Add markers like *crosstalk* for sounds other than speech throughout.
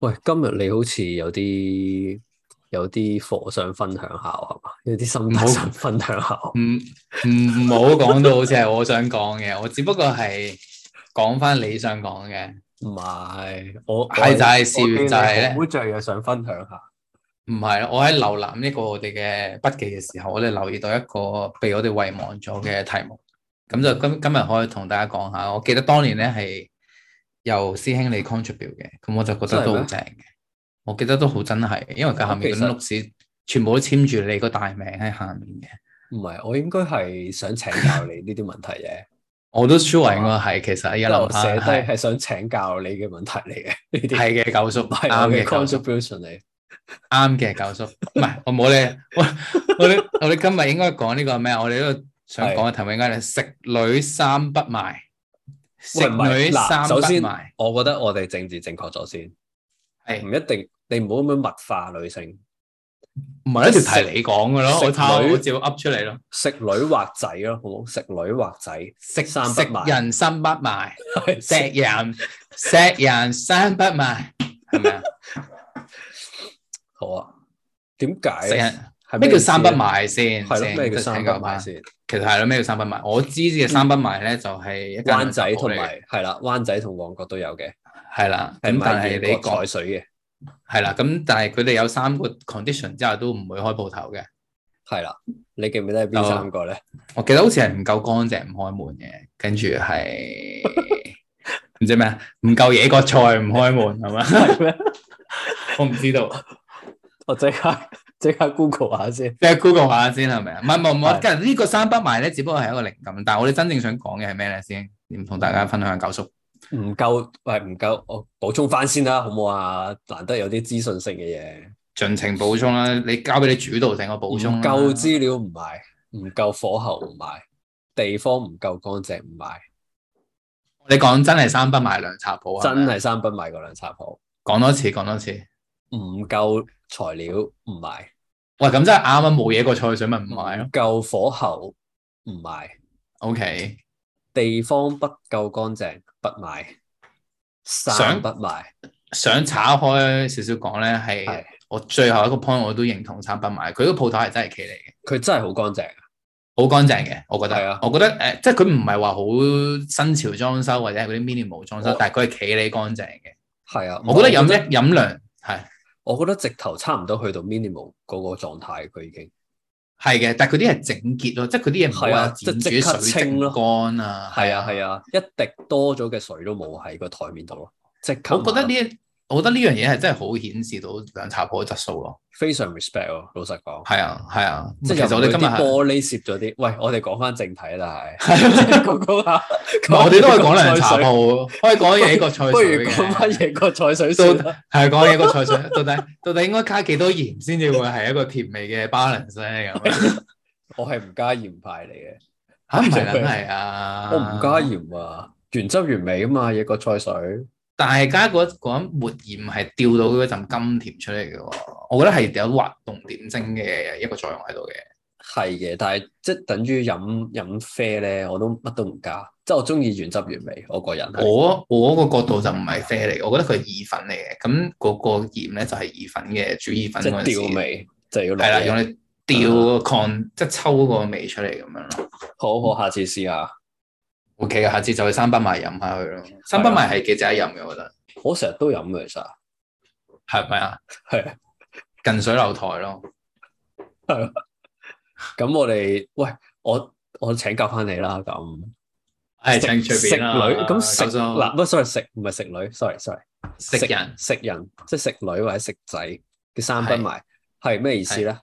喂，今日你好似有啲有啲課想分享下喎係嘛？有啲心唔好得想分享下喎。唔唔唔好講到好似係我想講嘅，我只不過係講翻你想講嘅，唔係，我係就係事我源就係咧好着嘢想分享下。唔係咯。我喺瀏覽呢個我哋嘅筆記嘅時候，我哋留意到一個被我哋遺忘咗嘅題目，咁就今今日可以同大家講下。我記得當年咧係由師兄你 contribute 嘅，咁我就覺得都好正嘅。我記得都好真係，因為佢下面嗰啲我 notes 全部都簽住你個大名喺下面嘅。唔係，我應該係想請教你呢啲問題 *laughs* 嘅，我都 sure 應該係，其實而因家為我諗寫下低係係想請教你嘅問題嚟嘅，呢啲係嘅，九叔唔係我啱嘅嘅九叔。 contribution 嚟。啱嘅，九叔，唔係我冇你，我我哋我哋今日應該講呢個咩啊？我哋呢度想講嘅題目應該係食女三不埋，食喂唔係女嗱三首不先埋，我覺得我哋政治正確咗先，係唔一定，你唔好咁樣物化女性，唔係一條題你講嘅咯？食我抄女我照噏出嚟咯，食女或仔咯，好冇？食女或仔，食三不食埋人三不埋， *laughs* 係食人食人三不埋，係咪啊？好啊？點解食咧？人係咩叫意思啊三不咧？埋先？係先咯，咩叫即係三睇不個埋版先？其實係咯，咩叫三不埋？我知嘅三不埋咧，就係一間灣仔兩同間鋪嚟嘅埋係啦，灣仔同旺角都有嘅，係啦，係咁但賣係英你國講彩。水嘅，係啦，咁但係佢哋有三個 condition 之下都唔會開鋪頭嘅。係啦。你記唔記得係邊就三個咧？我記得好似係唔夠乾淨唔開門嘅，跟住 *laughs* 係唔知咩啊，唔夠野個菜唔開門係 *laughs* 嘛？*laughs* 係咩？我唔知道，我即刻即刻 Google 下先。即係 Google 下先係咪啊？唔係唔係唔係係，跟住呢個三不埋咧，只不過係一個靈感，但係我哋真正想講嘅係咩咧先？點同大家分享九叔？唔夠，喂，唔夠，我補充翻先啦，好唔好啊？難得有啲資訊性嘅嘢，盡情補充啦， *laughs* 你交俾你主導性我補充唔啦夠資料唔賣，唔夠火候唔賣，地方唔夠乾淨唔賣，你講真係三不埋涼茶鋪啊？真係三不賣嗰兩茶鋪，講多次，講多次。唔夠材料唔賣，喂，咁真係啱啱啊冇野個菜水咪唔唔買咯夠火候唔賣。 ？OK。地方不夠乾淨，不賣，衫想不賣，想岔開少少講咧，係係我最後一個 point 我都認同三不買，佢個鋪頭係真係企嚟嘅，佢真係好乾淨，好乾淨嘅，我覺係得。啊我覺得誒、呃即係佢唔係話好新潮裝修或者係嗰啲 minimal 裝修我，但係佢係企理乾淨嘅。係啊，我覺得飲一飲涼係我覺得直頭差唔多去到 minimal 嗰個狀態，佢已經係嘅，但係佢啲係整潔咯，即係佢啲嘢唔係係啊話即係剪住即刻啲水清蒸咯乾啊，係啊係啊，一滴多咗嘅水都冇喺個台面度咯，即刻我覺得買啊呢，我覺得呢樣嘢係真係好顯示到涼茶鋪嘅質素咯。非常 respect 喎，老實講，係啊係啊，即係其實我哋今日有冇啲係玻璃攝咗啲，喂，我哋講翻正題啦，但係啊係講講下，唔係我哋都係講涼茶 *laughs* 講鋪，可以講嘢個菜水，菜不如水嘅講翻嘢個菜水都先啦，係講嘢個菜水，到底 *laughs* 到底應該加幾多鹽先至會係一個甜味嘅 balance 咧？ *laughs* 咁我係唔加鹽派嚟嘅。嚇唔係梗係啊！我唔加，鹽啊，原汁原味啊嘛，嘢個菜水。但係加嗰嗰一抹鹽係調到嗰陣甘甜出嚟嘅喎，我覺得係有滑動點睛嘅一個作用喺度嘅。係嘅，但係即係等於飲飲啡咧，我都乜都唔加，即係我中意原汁原味，我個人係。我我個角度就唔係啡嚟嘅，我覺得佢係意粉嚟嘅。咁嗰個鹽咧就係意粉嘅煮意粉即嗰係陣調時，味，就要落係啦，嘢。用嚟調個 con 即係抽個味出嚟咁樣咯。好好，下次試下。 O K 嘅，下次就去三百埋飲下佢咯。三啊百埋係幾值得飲嘅，我覺得我成日都飲嘅，其實係咪啊？係近水樓台咯， *laughs* 咁。我哋喂，我我請教翻你啦。咁係請食食隨女便啦。啊咁食九叔嗱，唔 sorry 食唔係食女，sorry sorry 食人食人，即係食女或者食仔嘅三不係埋係咩意思咧？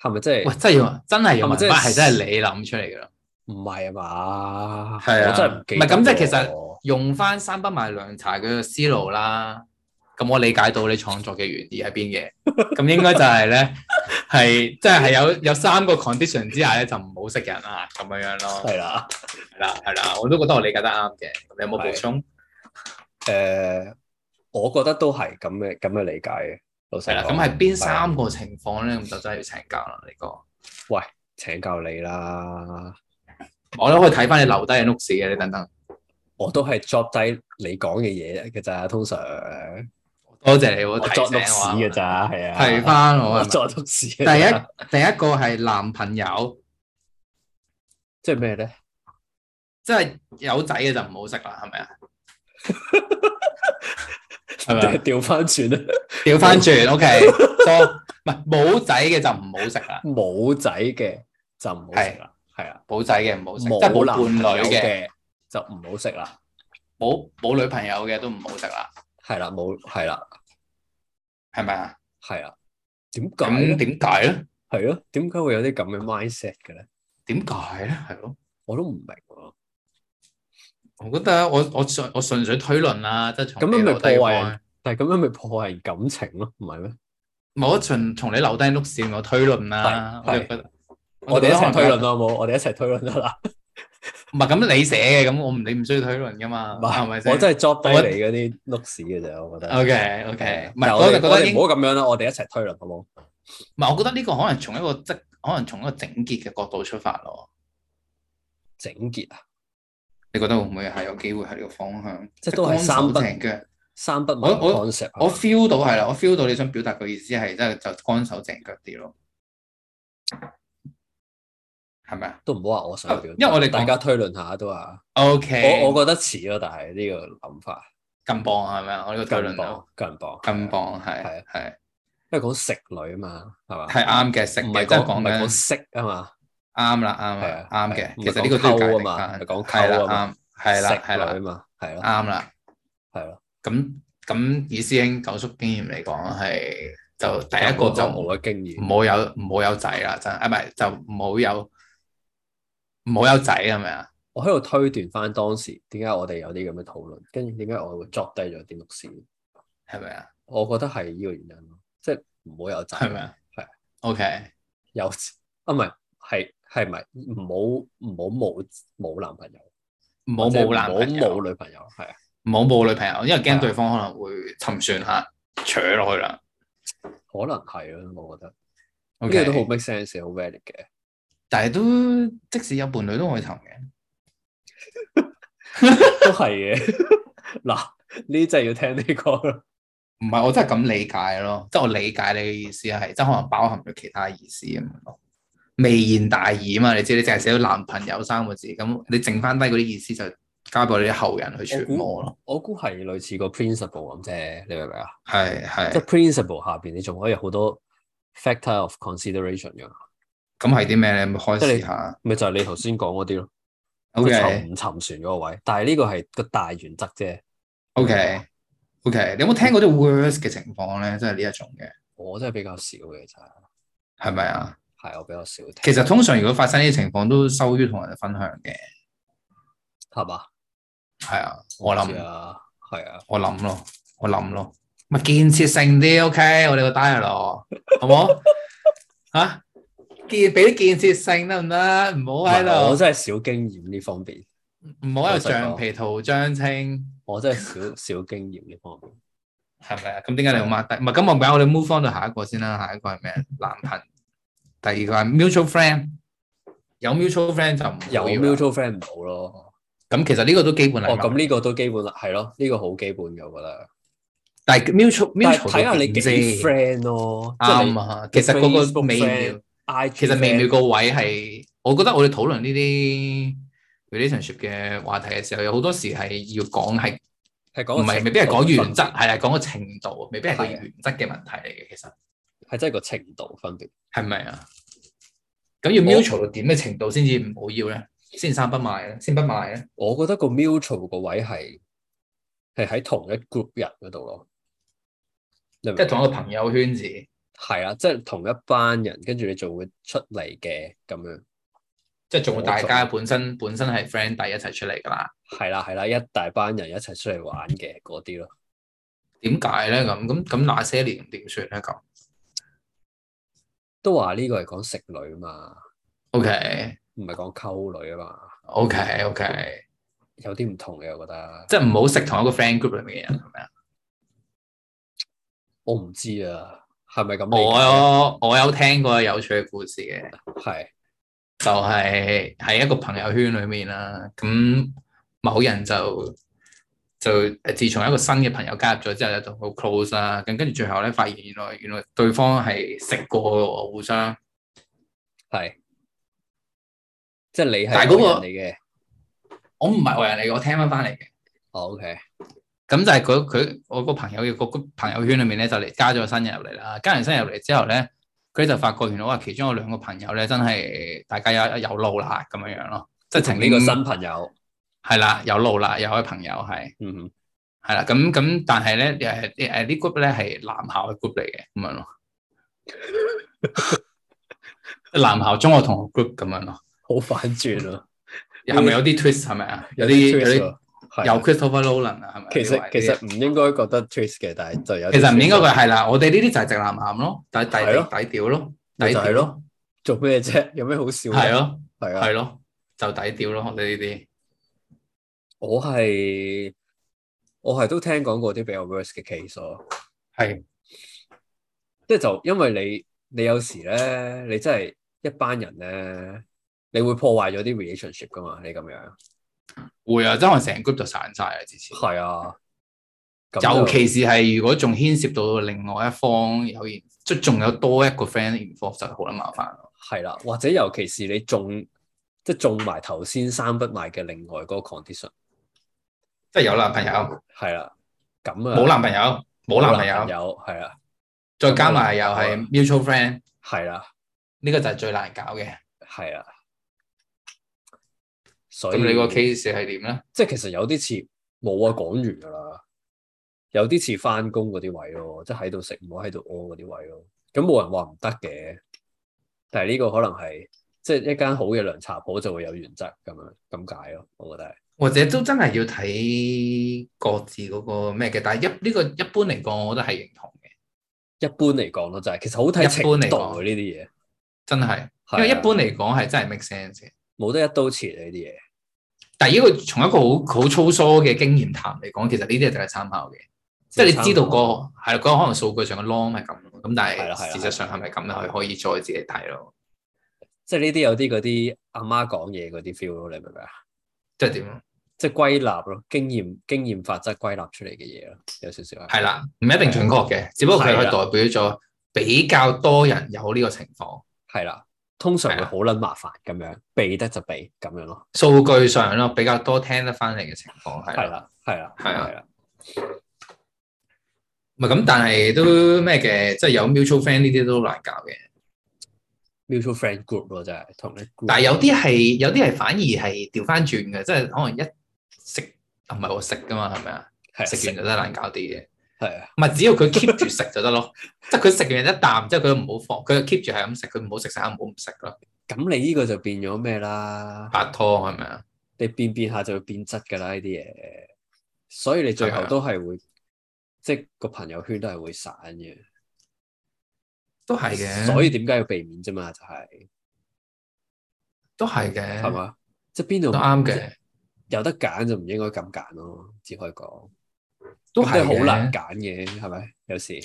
係咪即係喂，？真係要真係嗯要係咪問真係翻，係真係你諗出嚟嘅咯。唔係啊嘛，係啊我真係唔記得唔係咁即係其喎用翻三不埋涼茶嘅思路啦，咁我理解到你創作嘅原意喺 *laughs* 邊嘅，咁應該就係咧係即係係有有三個 condition 之下咧就唔好食人啦，咁樣樣咯。係啦，係啦係啦，我都覺得我理解得啱嘅。咁你有冇補充？誒、我覺得都係咁嘅咁嘅理解嘅。老實係啦，咁講啊係邊三個情況咧？咁就真係要請教啦，呢個。請教你啦，我都可以睇翻你留低嘅 notes 嘅，你等等。我都係作低你講嘅嘢嘅咋，通常多謝你喎，我提作督醒屎啊我嘅咋，係啊，提翻我我係咪作督屎嘅咋。第一第一個係男朋友，即係咩咧？即係有仔嘅就唔好識啦，係咪 *laughs* 啊？係咪啊係調翻轉咧，調翻轉，OK，so，唔係冇仔嘅就唔好食啦，冇仔嘅就唔好食啦，係啊，冇仔嘅唔好食，即係冇冇男伴朋侶友嘅，嘅就唔好食啦，冇冇女朋友嘅都唔好食啦，係啦，冇係啦，係咪啊？係啦，點解咁呢點解咧？係咯？點解會有啲咁嘅 mindset 嘅咧？點解咧？係咯，我都唔明喎。我覺得我我純我純粹推論啦，即係從咁你樣咪留低破壞嗰人但係咁樣咪破壞人感情咯，唔係咩？冇從從你留低碌線我推論啦，係我就覺得我哋一齊推論咯。啦，好冇？我哋一齊推論得啦。唔係咁你寫嘅，咁我唔你唔需要推論噶嘛，唔係 *laughs* 係咪先？我真係作低我你嗰啲碌屎嘅啫，我覺得。 OK 係啊 OK，唔但係我我哋就覺我得哋應唔好咁樣啦，我哋一齊推論好冇？唔係，我覺得呢個可能從一個即可能從一個整潔嘅角度出發咯。整潔啊，你覺得會唔會係有機會係呢個方向？即係都係三不乾手淨腳。三不我問我 concept 啊。我 feel 到係啦，我 feel 到你想表達嘅意思係即係就乾手淨腳啲咯，係咪啊都唔好話我想表達，因為我哋講大家推論下都話， ？OK，我我覺得似咯，但係呢個諗法近磅係咪啊？我呢個推近論啊磅近磅近，磅係係啊係因為講食女啊嘛，係嘛？係啱嘅，食唔嘅係即係講講唔係講緊色啊嘛，啱啦，啱係啦啊，啱係嘅啊。唔係其實呢個都要講溝解啊嘛釋唔翻係講係溝啊啦嘛，啱係啦係食啦女啊嘛，係咯啱啦。係咯。咁咁以師兄九叔經驗嚟講係就第一個我就講我嘅經驗唔好有唔好有仔啦，真係啊唔係就唔好有唔好有仔係咪啊？我喺度推斷翻當時點解我哋有啲咁嘅討論，跟住點解我會作低咗啲碌線，係咪啊？我覺得係呢個原因咯，即係唔好有仔，係咪啊？係 OK 有啊唔係係係咪唔好唔好冇冇男朋友，唔好或者冇男朋唔好友，冇女朋友，係啊，唔好冇女朋友，因為係啊驚對方可能會沉船下扯落去啦。可能係咯，我覺得呢 OK，個都好 make sense，好 valid 嘅。但係都即使有伴侶都可以沉嘅。都係嘅。 *laughs* 嗱，呢真係要聽呢個啦。唔係，我真係咁理解咯，即係我理解你嘅意思係，即係可能包含咗其他意思咁樣咯。微言大義啊嘛，你知你淨係寫咗男朋友三個字，咁你剩翻低嗰啲意思就交俾我哋啲後人去揣摩咯。我估係類似個 principle 咁啫，你明唔明啊？係即係係，principle 下邊，你仲可以有好多 factor of consideration 嘅，咁係啲咩咧？咪開即係你始下。咪就係你頭先講嗰啲咯。 O 即係 K 沉唔沉船嗰個位，但係呢個係個大原則啫。 O K O K，你有冇聽過啲 worse 嘅情況咧？即係呢一種嘅，我真係比較少嘅，就係係咪啊？係我比較少聽。其實通常如果發生呢啲情況，都羞於同人哋分享嘅。係嘛？係啊，唔我知諗啊，係啊，我諗咯，我諗咯，咪建設性啲，OK，我哋個 dialog，好 *laughs* 冇？吓，建俾啲建設性得唔得？唔好喺唔係我度，真係少經驗呢方面，唔好喺度橡皮圖章清，我真係少 *laughs* 少經驗呢方面。係咪啊？咁點解你要 mark 低？唔係，咁我唔緊，我哋 move on 到下一個先啦。下一個係咩？男朋，第二個係 mutual friend，有 mutual friend 就唔有好要啦 mutual friend 唔好咯。咁其實呢個都基本哦，禮咁物，呢個都基本啦，係咯，呢、個好基本嘅，我覺得。但係 mutual 但係 mutual 睇下你幾到點啫 friend 咯，即係你啱啊！其實嗰個 Facebook 微妙 friend。I 其實微妙個位係，我覺得我哋討論呢啲 relationship 嘅話題嘅時候，有好多時係要講係係唔講係未必係講原則，係係啊講個程度，未必係個係啊原則嘅問題嚟嘅。其實係真係個程度分別。係咪啊？咁要我 mutual 到點嘅程度先至唔好要咧？先三不賣啊咧，先不賣咧。我覺得個 mutual 個位係係喺同一 group 人嗰度咯，你明唔明即係同一個朋友圈子，係啊，即係同一班人，跟住你就會出嚟嘅咁樣。即係仲會大冇家錯本身本身係 friend 底一齊出嚟㗎啦。係啦係啦，一大班人一齊出嚟玩嘅嗰啲咯。點解咧咁？咁咁那些年點算咧咁都話呢個係講食女啊嘛， ？OK 唔係講溝女啊嘛， OK OK，有啲唔同嘅，我覺得。即係唔好食同一個 friend group 裏面嘅人係咪啊？我唔知啊，係咪咁理解我啊？有我有聽過有趣嘅故事嘅，係就係、喺一個朋友圈裏面啦，咁某人就就誒自從一個新嘅朋友加入咗之後咧，就好 close 啦。咁跟住最後咧，發現原來原來對方係食過喎互相。係，即係你係但係嗰外人個嚟嘅。我唔係外人嚟嘅，我聽翻翻嚟嘅。哦，OK，咁就係佢佢我個朋友嘅個個朋友圈裏面咧，就嚟加咗個新人入嚟啦。加完新人入嚟之後咧，佢就發覺原來哇，其中有兩個朋友咧，真係大家有有路啦咁樣樣咯，即係同曾呢經個新朋友，係啦，有路啦，有位朋友係嗯哼，係啦。咁咁但係咧誒誒呢 group 咧係男校嘅 group 嚟嘅咁樣咯， *laughs* 男校中學同學 group 咁樣咯，好反轉啊！係咪有嗯啲 twist 係咪啊？有啲有啲係有啊 Christopher Nolan 啊，係咪？其呢實位其實唔應該覺得 twist 嘅，但係就有啲其實唔應該 twist 啊佢係啦，我哋呢啲就係直男癌咯，底底係咯底屌咯，咪底就係屌咯，做咩啫？ *laughs* 有咩好笑？係，咯，係啊，係咯，就底屌咯，我哋呢啲我係我係都聽講過啲比較 worse 嘅 case 咯。係即係就因為你你有時咧，你真係一班人咧，你會破壞咗啲 relationship 噶嘛？你咁樣會啊，即係我成 group 就散晒啦，之前，係啊，咁就尤其是係如果仲牽涉到另外一方有現，即係仲有多一個 friend involve 就好啦，麻煩咯，係啦，或者尤其是你中即係中埋頭先三不賣嘅另外嗰個 condition 即係有男朋友，係啦，咁啊冇男朋友，冇啊男朋嗯朋友，友嗯係啦再加埋又冇男係 mutual friend，係啦呢個就係最難搞嘅。係啦，所咁以你個 case 係點咧？即係其實有啲似冇啊，講完噶啦，有啲似翻工嗰啲位咯，即係喺度食唔好喺度屙嗰啲位咯。咁冇人話唔得嘅，但係呢個可能係即係一間好嘅涼茶鋪就會有原則咁樣咁解咯，我覺得係或者都真係要睇各自嗰個咩嘅，但係一呢個一般嚟講，我覺得係認同嘅，一般嚟講咯，就係其實好睇程一般嚟度講嘅呢啲嘢，真係，係啊因為一般嚟講係真係 make sense 嘅。冇得一刀切呢啲嘢，但係呢個從一個好好粗疏嘅經驗談嚟講，其實呢啲係值得參考嘅，即係你知道個係啦，嗰可能數據上嘅 norm 係咁咯，咁但係啦係啦係事實上係咪咁咧？佢可以再自己睇咯，即係呢啲有啲嗰啲阿媽講嘢嗰啲 feel 咯，你明唔明啊？即係點？即係歸納咯，經驗經驗法則歸納出嚟嘅嘢咯，有少少係啊係啦，唔一定準確嘅，只不過佢係係啦啊代表咗比較多人有呢個情況，係啦，通常係會啊啦好撚麻煩咁樣，避得就避咁樣咯，數據上咯比較多聽得翻嚟嘅情況係啦係。啦，係啦，係啊係啦，唔係咁，但係嗯都咩嘅，即係有 mutual friend 呢啲都難搞嘅。 mutual friend group 咯，真係同你 group，但係有啲係有啲係反而係調翻轉嘅，即係可能一食啊唔係我食噶嘛，係咪啊？係食完就真係難搞啲嘅。係啊，唔係只要佢 keep 住食就得咯， *laughs* 即係佢食完一啖之後佢唔好放，佢 keep 住係咁食，佢唔好食晒，唔好唔食咯。咁你呢個就變咗咩啦？拍拖係咪啊？你變變下就會變質㗎啦，呢啲嘢，所以你最係後啊都係會，即係個朋友圈都係會散嘅，都係嘅，所所以以點解要避免啫嘛？就係都係係嘅，嘛，即係邊度都啱嘅，有得揀就唔應該咁揀咯，只可以講，都咁係好難嘅。揀嘅，係咪？有時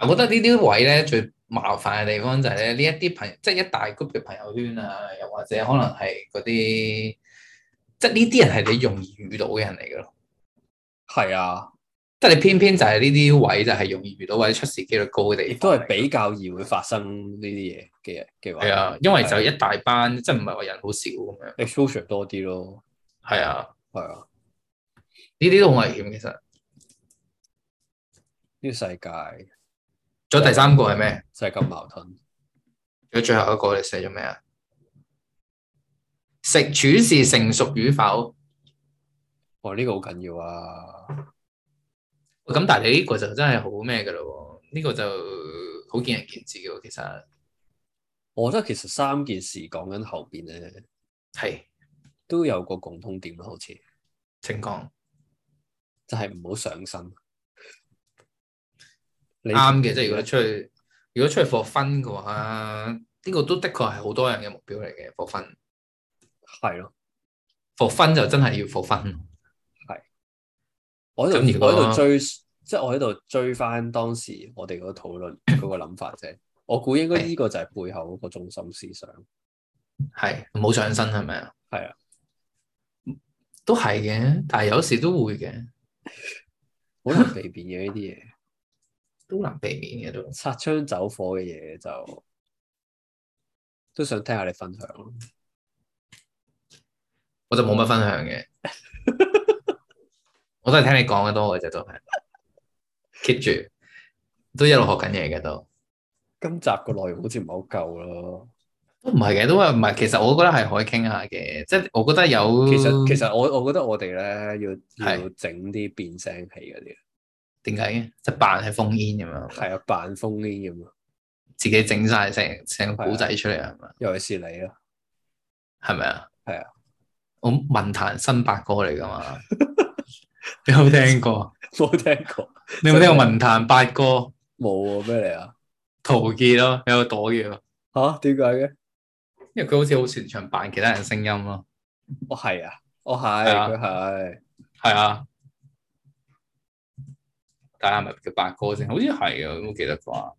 我覺得呢啲位咧最麻煩嘅地方就係咧，呢一啲朋友即係一大 group 嘅朋友圈啊，又或者可能係嗰啲，即係呢啲人係你容易遇到嘅人嚟嘅咯。係啊。即係你偏偏就係呢啲位就係容易遇到或者出事機率高嘅亦地都方嚟嘅。係比較易會發生呢啲嘢嘅嘅話，係啊，因為就一大班，即係唔係話人好少咁樣。 exposure 多啲咯，係啊，係啊，呢啲都好危險其實。呢個世界仲有第三個係咩？就係咁矛盾，仲有最後一個你寫咗咩啊？食處事成熟與否？哇！哦呢個好緊要啊，咁但係你呢個就真係好咩嘅咯喎？呢、個就好見仁見智嘅喎，其實。我覺得其實三件事講緊後邊咧係，都有個共通點咯，好似請講就係唔好上身。你啱嘅，即係如果出去，如果出去 for fun 嘅話，呢、個都的確係好多人嘅目標嚟嘅 for fun。係咯， for fun 就真係要 for fun。我喺咁如度果我喺度追，即係我喺度追翻當時我哋嗰個討論嗰個諗法啫。我估應該呢個就係背後嗰個中心思想，係冇上身係咪啊？係啊，都係嘅，但係有時都會嘅，好難避免嘅呢啲 *laughs* 嘢，都難避免嘅都。擦槍走火嘅嘢就都想聽下你分享咯。我就冇乜分 *laughs* 享嘅，我都係聽你講嘅多嘅啫，都係 keep 住，都一路學緊嘢嘅都，今集個內容好似唔係好夠咯。都唔係嘅，都係唔係。其實我覺得係可以傾下嘅，即係我覺得有。其實其實我我覺得我哋咧要嗯係要整啲變聲器嗰啲，點解嘅？即係扮係封煙咁樣，係啊扮風呢咁啊，自己整晒成成啊個古仔出嚟啊係咪？尤其是你啦，係咪啊？係啊，我文壇新八哥嚟 *laughs* 噶嘛？你有冇聽過？冇聽過你有冇聽過文壇八哥冇啊咩嚟啊？陶傑咯？有個朵嘅，吓點解嘅？因為佢好似好擅長扮其他人聲音咯。我係啊，我係係啊佢係系啊，但係咪叫八哥先？好似係啊，我記得啩，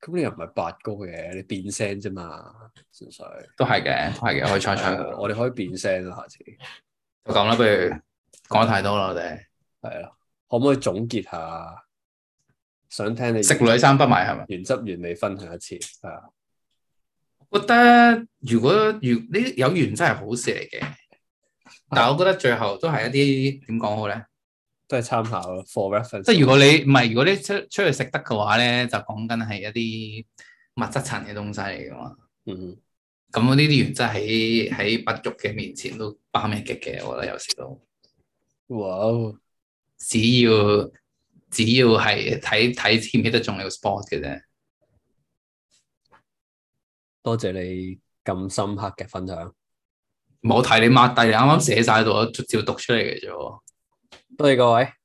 咁你又唔係八哥嘅，你變聲啫嘛，純粹。都係嘅，都係嘅，可以猜猜係啊佢。我哋可以變聲啦，下次就咁啦，不如講得太多啦，我哋係啦，可唔可以總結下？想聽你食女三不埋係咪？原汁原味分享一次，係啊，我覺得如果如呢啲有緣真係好事嚟嘅，但係我覺得最後都係一啲點講好咧？都係參考咯，for reference。即係如果你唔係，如果你出出去食得嘅話咧，就講緊係一啲物質層嘅東西嚟噶嘛。嗯，咁呢啲原則喺喺不育嘅面前都把命極嘅，我覺得有時都。哇哦，只要只要係睇睇起唔起得中你個 sport 嘅啫，多謝你咁深刻嘅分享，冇睇你抹低，你啱啱寫晒喺度，我照讀出嚟嘅啫喎。多謝各位。